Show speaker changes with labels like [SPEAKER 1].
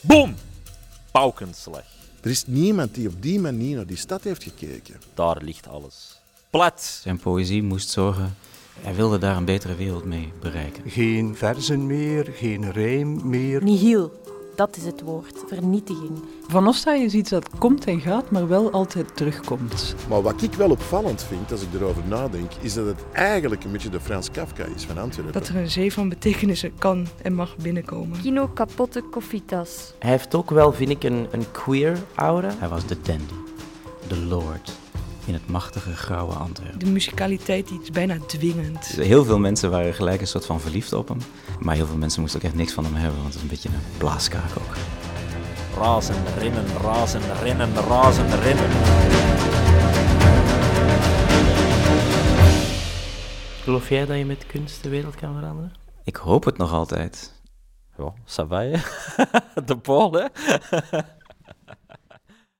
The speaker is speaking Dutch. [SPEAKER 1] Boom! Paukenslag.
[SPEAKER 2] Er is niemand die op die manier naar die stad heeft gekeken.
[SPEAKER 1] Daar ligt alles. Plat.
[SPEAKER 3] Zijn poëzie moest zorgen. Hij wilde daar een betere wereld mee bereiken.
[SPEAKER 4] Geen verzen meer, geen rijm meer.
[SPEAKER 5] Nihil, dat is het woord. Vernietiging.
[SPEAKER 6] Van Ofsta is iets dat komt en gaat, maar wel altijd terugkomt.
[SPEAKER 2] Maar wat ik wel opvallend vind, als ik erover nadenk, is dat het eigenlijk een beetje de Frans Kafka is van Antwerpen.
[SPEAKER 7] Dat er een zee van betekenissen kan en mag binnenkomen.
[SPEAKER 8] Kino kapotte koffietas.
[SPEAKER 9] Hij heeft ook wel, vind ik, een, een queer aura.
[SPEAKER 3] Hij was de dandy, de lord in het machtige grauwe Antwerpen.
[SPEAKER 7] De musicaliteit die is bijna
[SPEAKER 3] Dus
[SPEAKER 7] dwingend.
[SPEAKER 3] Heel veel mensen waren gelijk een soort van verliefd op hem. Maar heel veel mensen moesten ook echt niks van hem hebben, want het is een beetje een blaaskaak ook.
[SPEAKER 1] Razend rennen, razend rennen, razend rennen.
[SPEAKER 9] Geloof jij dat je met kunst de wereld kan veranderen?
[SPEAKER 3] Ik hoop het nog altijd.
[SPEAKER 1] Ja, ça va, hè? De Paul, hè?